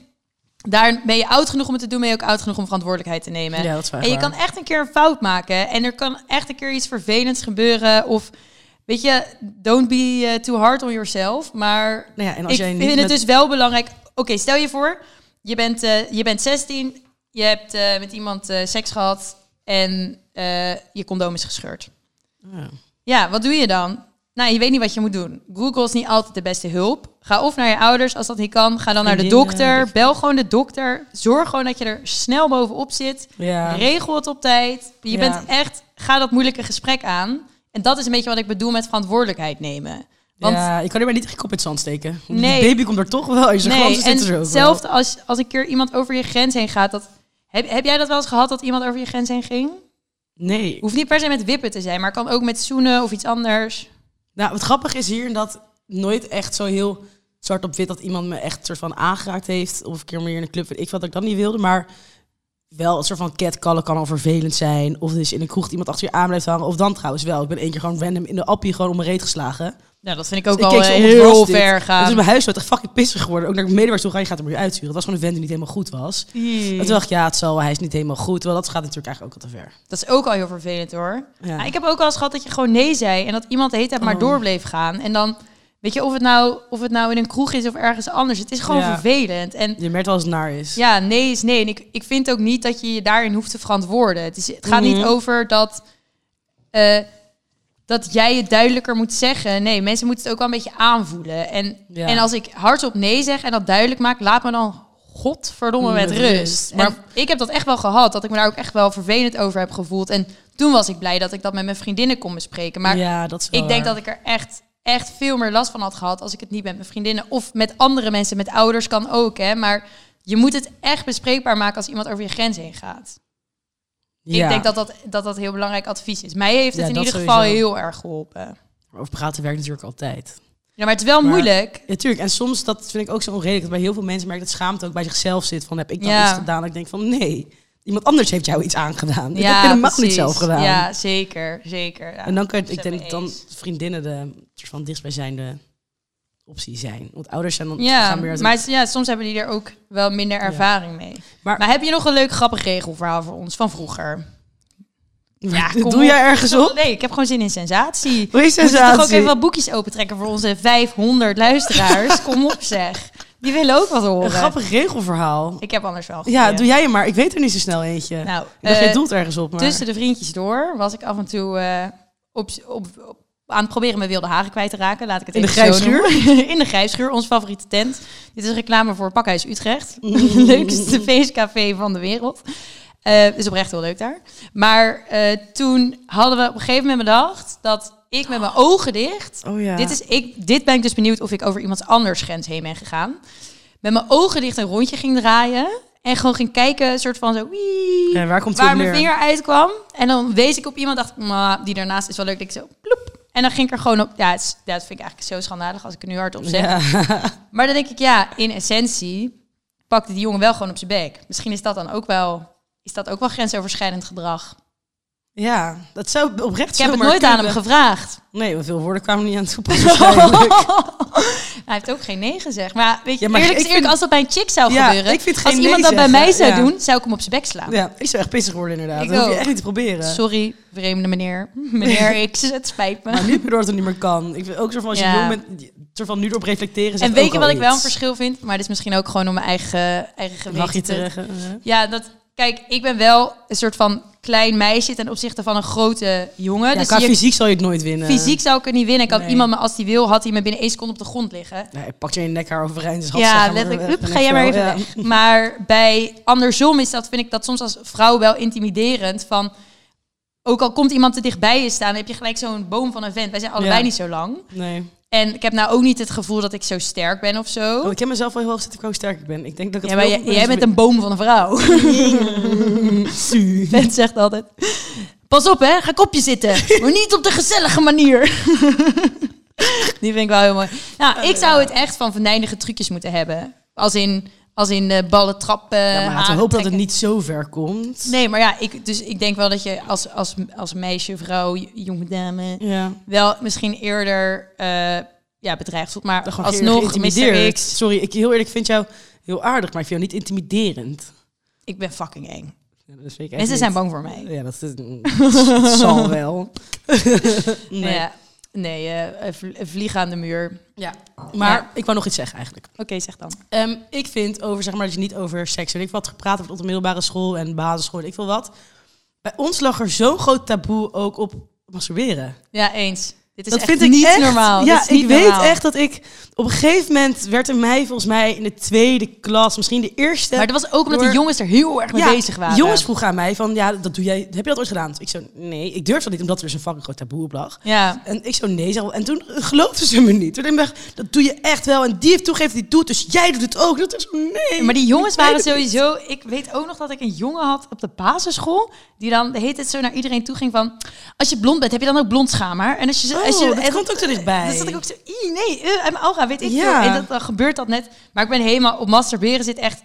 S6: daar ben je oud genoeg om het te doen, ben je ook oud genoeg om verantwoordelijkheid te nemen.
S5: Ja, dat is waar,
S6: en je
S5: waar.
S6: kan echt een keer een fout maken. En er kan echt een keer iets vervelends gebeuren. Of weet je, don't be eh, too hard on yourself. Maar
S5: Nou ja, en als
S6: ik
S5: jij
S6: vind
S5: niet
S6: het
S5: met-
S6: dus wel belangrijk. Oké, stel je voor, je bent, eh, je bent 16, je hebt eh, met iemand eh, seks gehad en eh, je condoom is gescheurd. Ja, wat doe je dan? Nou, je weet niet wat je moet doen. Google is niet altijd de beste hulp. Ga of naar je ouders als dat niet kan. Ga dan naar de
S5: Vriendinnen,
S6: dokter. Bel gewoon de dokter. Zorg gewoon dat je er snel bovenop zit.
S5: Ja.
S6: Regel het op tijd. Je
S5: Ja.
S6: bent echt, ga dat moeilijke gesprek aan. En dat is een beetje wat ik bedoel met verantwoordelijkheid nemen. Want
S5: ja, je kan er maar niet echt je kop in het zand steken. Want
S6: Nee.
S5: Die baby komt er toch wel. Als je nee,
S6: nee, en
S5: zit er ook
S6: hetzelfde als, als een keer iemand over je grens heen gaat. Dat, heb, heb jij dat wel eens gehad dat iemand over je grens heen ging?
S5: wel. Nee.
S6: Hoeft niet per se met wippen te zijn, maar kan ook met zoenen of iets anders.
S5: Nou, wat grappig is hier dat nooit echt zo heel zwart op wit dat iemand me echt soort van aangeraakt heeft. Of een keer meer in een club. weet Ik vond dat ik dat niet wilde, maar wel een soort van catcallen kan al vervelend zijn. Of dus in een kroeg dat iemand achter je aan blijft hangen. Of dan trouwens wel. Ik ben één keer gewoon random in de appie gewoon om mijn reet geslagen.
S6: Nou, dat vind ik ook
S5: Dus ik
S6: al
S5: keek zo om, wat
S6: heel
S5: was dit?
S6: ver
S5: En toen
S6: gaan.
S5: is mijn huisgenoot echt fucking pissig geworden. Ook naar de medewerker toe ga je gaat hem weer uitsturen. Dat was gewoon een vent die niet helemaal goed was.
S6: Mm.
S5: En toen dacht ik, ja, het zal wel, hij is niet helemaal goed. Wel, dat gaat natuurlijk eigenlijk ook al te ver.
S6: Dat is ook al heel vervelend hoor.
S5: Ja. Oh.
S6: Maar ik heb ook wel eens gehad dat je gewoon nee zei en dat iemand de hele tijd maar door bleef gaan. En dan, weet je, of het nou, of het nou in een kroeg is of ergens anders, het is gewoon
S5: Ja.
S6: vervelend. En
S5: Je merkt wel als het naar is.
S6: ja, nee is nee. En ik, ik vind ook niet dat je je daarin hoeft te verantwoorden. Het, is, het gaat
S5: Mhm.
S6: niet over dat, eh, dat jij het duidelijker moet zeggen. Nee, mensen moeten het ook wel een beetje aanvoelen. En,
S5: Ja.
S6: en als ik hardop nee zeg en dat duidelijk maak, laat me dan godverdomme met,
S5: Met
S6: rust.
S5: rust.
S6: Maar
S5: Maar-
S6: ik heb dat echt wel gehad, dat ik me daar ook echt wel vervelend over heb gevoeld. En toen was ik blij dat ik dat met mijn vriendinnen kon bespreken. Maar
S5: Ja, dat is wel
S6: ik denk
S5: waar.
S6: dat ik er echt, echt veel meer last van had gehad als ik het niet met mijn vriendinnen of met andere mensen, met ouders kan ook. Hè? Maar je moet het echt bespreekbaar maken als iemand over je grens heen gaat.
S5: Ja.
S6: Ik denk dat dat, dat dat heel belangrijk advies is. Mij heeft het
S5: Ja,
S6: in
S5: dat
S6: ieder geval
S5: sowieso.
S6: heel erg geholpen.
S5: Over praten werkt natuurlijk altijd.
S6: Ja, maar het is wel
S5: Maar-
S6: moeilijk.
S5: Ja, tuurlijk. En soms, dat vind ik ook zo onredelijk, dat bij heel veel mensen merk ik dat schaamte ook bij zichzelf zit. Van, heb ik dan
S6: Ja.
S5: iets gedaan? Dat ik denk van, nee, iemand anders heeft jou iets aangedaan. ik heb
S6: ja,
S5: helemaal niet
S6: precies.
S5: zelf gedaan.
S6: Ja, zeker. zeker ja.
S5: En dan kan het,
S6: Zijn
S5: ik denk
S6: we
S5: dat dan
S6: eens.
S5: vriendinnen de soort van dichtstbijzijnde optie zijn. Want ouders zijn dan
S6: Ja,
S5: gaan meer uit-
S6: maar s- ja, soms hebben die er ook wel minder ervaring mee. Maar,
S5: Maar-
S6: heb je nog een leuk grappig regelverhaal voor ons van vroeger? Ja, kom
S5: doe
S6: op.
S5: jij ergens op?
S6: Nee, ik heb gewoon zin in sensatie.
S5: Wil je
S6: We moeten toch ook
S5: sensatie?
S6: even wat boekjes opentrekken voor onze 500 luisteraars. Kom op zeg. Die willen ook wat horen.
S5: Een grappig regelverhaal.
S6: Ik heb anders wel een
S5: ja,
S6: goeie.
S5: doe jij hem maar. Ik weet er niet zo snel eentje. Nou,
S6: Nou,
S5: ik dacht,
S6: eh,
S5: je doelt ergens op, maar...
S6: tussen de vriendjes door was ik af en toe eh, op, op, op- aan het proberen mijn wilde haren kwijt te raken. Laat ik het
S5: In de
S6: even zo
S5: Grijpschuur?
S6: noemen. In de grijpschuur, ons favoriete tent. Dit is reclame voor Pakhuis Utrecht.
S5: Mm.
S6: Leukste feestcafé van de wereld. Eh is oprecht heel leuk daar. Maar eh, toen hadden we op een gegeven moment bedacht dat ik met mijn ogen dicht.
S5: Oh ja.
S6: Dit, is, ik, dit ben ik dus benieuwd of ik over iemand anders grens heen ben gegaan. Met mijn ogen dicht een rondje ging draaien. En gewoon ging kijken, een soort van zo. Wie,
S5: Ja, waar komt die
S6: waar
S5: op
S6: mijn
S5: neer?
S6: vinger uitkwam. En dan wees ik op iemand, dacht "Ma, die daarnaast is wel leuk. Ik zo, ploep. En dan ging ik er gewoon op. Ja, het is- ja, dat vind ik eigenlijk zo schandalig als ik er nu hard op zeg. Maar dan denk ik, ja, in essentie pakte die jongen wel gewoon op zijn bek. Misschien is dat dan ook wel, is dat ook wel grensoverschrijdend gedrag.
S5: Ja, dat zou oprecht
S6: Ik heb het
S5: zomaar
S6: nooit aan hem
S5: kunnen.
S6: gevraagd.
S5: Nee, want veel woorden kwamen niet aan toe. waarschijnlijk.
S6: Hij heeft ook geen nee gezegd. Maar weet je,
S5: Ja, maar
S6: eerlijk, is
S5: ik
S6: eerlijk,
S5: vind-
S6: als dat bij een chick zou
S5: Ja,
S6: gebeuren,
S5: ik vind
S6: als
S5: geen
S6: iemand
S5: nee
S6: dat bij mij zou
S5: zeggen, ja.
S6: doen, zou ik hem op zijn bek slaan.
S5: ja, ik zou echt pissig worden inderdaad.
S6: Ik
S5: dat hoef
S6: ook.
S5: je echt niet te proberen.
S6: Sorry, vreemde meneer. Meneer X, het spijt me.
S5: Maar nu heb je door dat het niet meer kan. Ik vind ook zo van als je
S6: Ja.
S5: jong bent, je- soort van nu erop reflecteren. zegt
S6: En weet
S5: ook
S6: je
S5: al
S6: wat ik wel een
S5: iets.
S6: verschil vind? Maar dit is misschien ook gewoon om mijn eigen, eigen geweten
S5: Mag je
S6: te-
S5: terug? hè?
S6: Ja, dat... Kijk, ik ben wel een soort van klein meisje ten opzichte van een grote jongen.
S5: Ja,
S6: dus
S5: qua
S6: je-
S5: fysiek zal je het nooit winnen.
S6: fysiek zou ik er niet winnen. Ik had
S5: Nee.
S6: iemand, me als die wil, had hij me binnen één seconde op de grond liggen.
S5: Nee, hij pakt je in je nek haar overeind. Dus had ze, ga
S6: Ja,
S5: maar
S6: letterlijk.
S5: weg.
S6: Hup,
S5: En
S6: ga
S5: ik
S6: jij maar
S5: zo,
S6: even
S5: ja.
S6: weg. Maar bij andersom is dat, vind ik dat soms als vrouw wel intimiderend. Van, ook al komt iemand te dichtbij je staan, dan heb je gelijk zo'n boom van een vent. Wij zijn allebei
S5: Ja.
S6: niet zo lang.
S5: Nee.
S6: En ik heb nou ook niet het gevoel dat ik zo sterk ben of zo.
S5: Oh, ik ken mezelf wel heel hoog zitten hoe sterk ik ben. Ik denk dat
S6: ja,
S5: ik het
S6: maar
S5: wel
S6: jij,
S5: goed ben.
S6: jij bent een boom van een vrouw. Vent zegt altijd. Pas op, hè. Ga kopje zitten. Maar niet op de gezellige manier. Die vind ik wel heel mooi. Nou, ik zou het echt van venijnige trucjes moeten hebben. Als in, als in eh, ballen trappen.
S5: Ja, maar laten
S6: haren
S5: we hopen dat het
S6: Ah, trekken.
S5: niet zo ver komt.
S6: Nee, maar ja, ik, dus ik denk wel dat je als, als, als meisje, vrouw, j- jonge dame...
S5: Ja.
S6: wel misschien eerder eh, ja, bedreigd voelt. Maar
S5: Dan gewoon keer
S6: alsnog, Mr.
S5: geïntimideerd.
S6: X...
S5: Sorry, ik, heel eerlijk, ik vind jou heel aardig, maar ik vind jou niet intimiderend.
S6: Ik ben fucking eng.
S5: Ja, dat vind ik echt
S6: Mensen zijn
S5: niet.
S6: bang voor mij.
S5: Ja, dat, is, dat zal wel.
S6: Nee, ja. nee eh, een vl- een vlieg aan de muur.
S5: Ja. Maar
S6: Ja.
S5: ik wou nog iets zeggen eigenlijk.
S6: Oké, zeg dan.
S5: Ehm, ik vind over, zeg maar, dat je niet over seks weet ik wat gepraat hebt op de middelbare school en basisschool, ik veel wat. Bij ons lag er zo'n groot taboe ook op masturberen.
S6: Ja, eens. Dit is
S5: dat
S6: echt
S5: vind ik
S6: niet
S5: echt,
S6: normaal.
S5: Ja,
S6: Dit is niet
S5: ik
S6: normaal.
S5: weet echt dat ik op een gegeven moment werd er mij volgens mij in de tweede klas, misschien de eerste.
S6: Maar dat was ook omdat
S5: door-
S6: de jongens er heel erg mee
S5: Ja,
S6: bezig waren.
S5: Jongens vroegen aan mij van, ja, dat doe jij. Heb je dat ooit gedaan? Ik zo, nee, ik durf dat niet, omdat er dus een fucking groot taboe op lag.
S6: Ja.
S5: En ik zo, nee, zeg, en toen geloofden ze me niet. Toen dacht ik, echt, dat doe je echt wel. En die heeft toegegeven, die doet, dus jij doet het ook. Dat is nee.
S6: Maar die jongens
S5: Ik weet
S6: waren
S5: het niet.
S6: sowieso... Ik weet ook nog dat ik een jongen had op de basisschool... die dan de hele tijd zo naar iedereen toe ging van... als je blond bent, heb je dan ook blond schaamhaar? En als je...
S5: Oh,
S6: als je
S5: dat
S6: en-
S5: komt ook zo dichtbij.
S6: Dan zat ik ook zo... "Ie, nee, eh, uit mijn ogen, weet ik
S5: Ja.
S6: veel. En dat, dan gebeurt dat net. Maar ik ben helemaal... Op masturberen zit echt,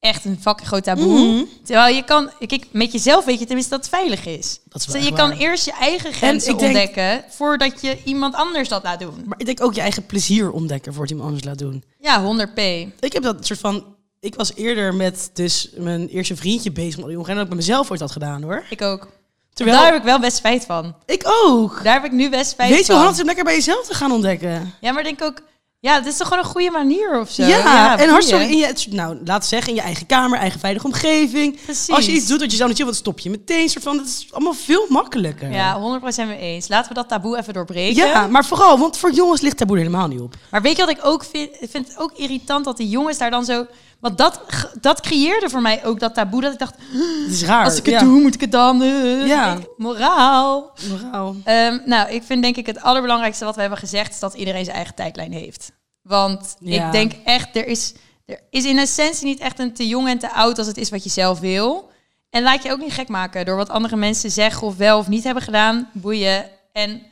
S6: echt een fucking groot taboe.
S5: Mhm.
S6: Terwijl je kan... Kijk, met jezelf weet je tenminste dat het veilig is.
S5: Dat
S6: Dus
S5: is wel
S6: je
S5: echt
S6: kan
S5: waar.
S6: eerst je eigen grenzen
S5: ik denk-
S6: ontdekken... voordat je iemand anders dat laat doen.
S5: Maar ik denk ook je eigen plezier ontdekken voor het iemand anders laat doen.
S6: Ja, 100 p.
S5: Ik heb dat soort van... Ik was eerder met dus mijn eerste vriendje bezig met jongen. En dat ik met mezelf ooit had gedaan, hoor.
S6: Ik ook.
S5: Terwijl-
S6: Daar heb ik wel best spijt van.
S5: Ik ook.
S6: Daar heb ik nu best spijt
S5: Weet je
S6: van.
S5: hoe handig het is om lekker bij jezelf te gaan ontdekken?
S6: Ja, maar ik denk ook... Ja, dit is toch gewoon een goede manier of zo?
S5: Ja, en
S6: boeien.
S5: hartstikke in je, het- nou, laten we zeggen, in je eigen kamer, eigen veilige omgeving.
S6: Precies.
S5: Als je iets doet dat je zelf niet wil, dan stop je meteen. Soort van, dat is allemaal veel makkelijker.
S6: Ja, 100% mee eens. Laten we dat taboe even doorbreken.
S5: Ja, maar vooral, want voor jongens ligt taboe er helemaal niet op.
S6: Maar weet je wat ik ook vind? Ik vind het ook irritant dat die jongens daar dan zo... Want dat, ge- dat creëerde voor mij ook dat taboe. Dat ik dacht,
S5: Het is raar.
S6: als ik het
S5: ja.
S6: doe, moet ik het dan... eh,
S5: Ja.
S6: Moraal.
S5: Wauw.
S6: Ehm, nou, ik vind denk ik het allerbelangrijkste wat we hebben gezegd... is dat iedereen zijn eigen tijdlijn heeft. Want
S5: Ja.
S6: ik denk echt, er is, er is in essentie niet echt een te jong en te oud... als het is wat je zelf wil. En laat je ook niet gek maken door wat andere mensen zeggen... of wel of niet hebben gedaan, boeien. En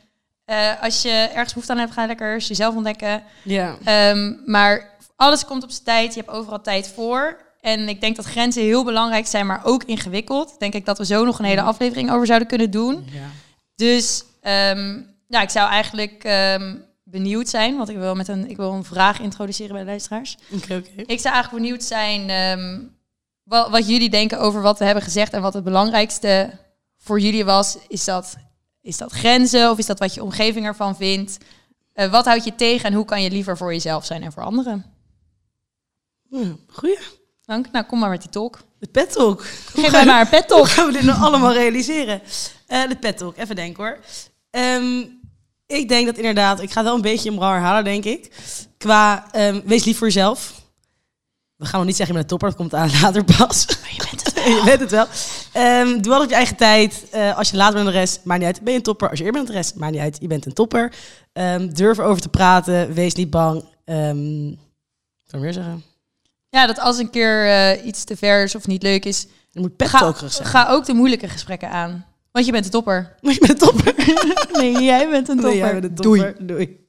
S6: eh, als je ergens behoefte aan hebt, ga lekker eens jezelf ontdekken.
S5: Ja.
S6: Ehm, maar alles komt op zijn tijd, je hebt overal tijd voor... En ik denk dat grenzen heel belangrijk zijn, maar ook ingewikkeld. Denk ik dat we zo nog een hele aflevering over zouden kunnen doen.
S5: ja.
S6: Dus ehm, ja, ik zou eigenlijk ehm, benieuwd zijn, want ik wil, met een, ik wil een vraag introduceren bij de luisteraars.
S5: Oké, oké.
S6: Ik zou eigenlijk benieuwd zijn ehm, wa- wat jullie denken over wat we hebben gezegd en wat het belangrijkste voor jullie was. Is dat, is dat grenzen of is dat wat je omgeving ervan vindt? Eh, wat houdt je tegen en hoe kan je liever voor jezelf zijn en voor anderen?
S5: Hm, Goeie.
S6: Dank. Nou, kom maar met die talk.
S5: De pet talk.
S6: Geef mij maar een pet
S5: Hoe
S6: talk.
S5: gaan we dit nou allemaal realiseren? Eh, de pet talk, even denken hoor. Ehm, ik denk dat inderdaad, ik ga het wel een beetje in mijn herhalen, denk ik. Qua, ehm, wees lief voor jezelf. We gaan nog niet zeggen met de topper, dat komt aan later pas. Maar je bent het wel. je bent het wel. Ehm, doe alles op je eigen tijd. Eh, als je later bent dan de rest, maakt niet uit. Ben je een topper? Als je eerder bent dan de rest, maakt niet uit. Je bent een topper. Ehm, durf erover te praten. Wees niet bang. Ehm wat kan ik meer zeggen?
S6: Ja, dat als een keer eh, iets te ver is of niet leuk is,
S5: Je moet pet
S6: Ga,
S5: talkerig zijn.
S6: ga ook de moeilijke gesprekken aan. Want je bent de topper.
S5: Maar je bent een topper.
S6: Nee, jij bent een
S5: Nee, jij bent een topper. Doei.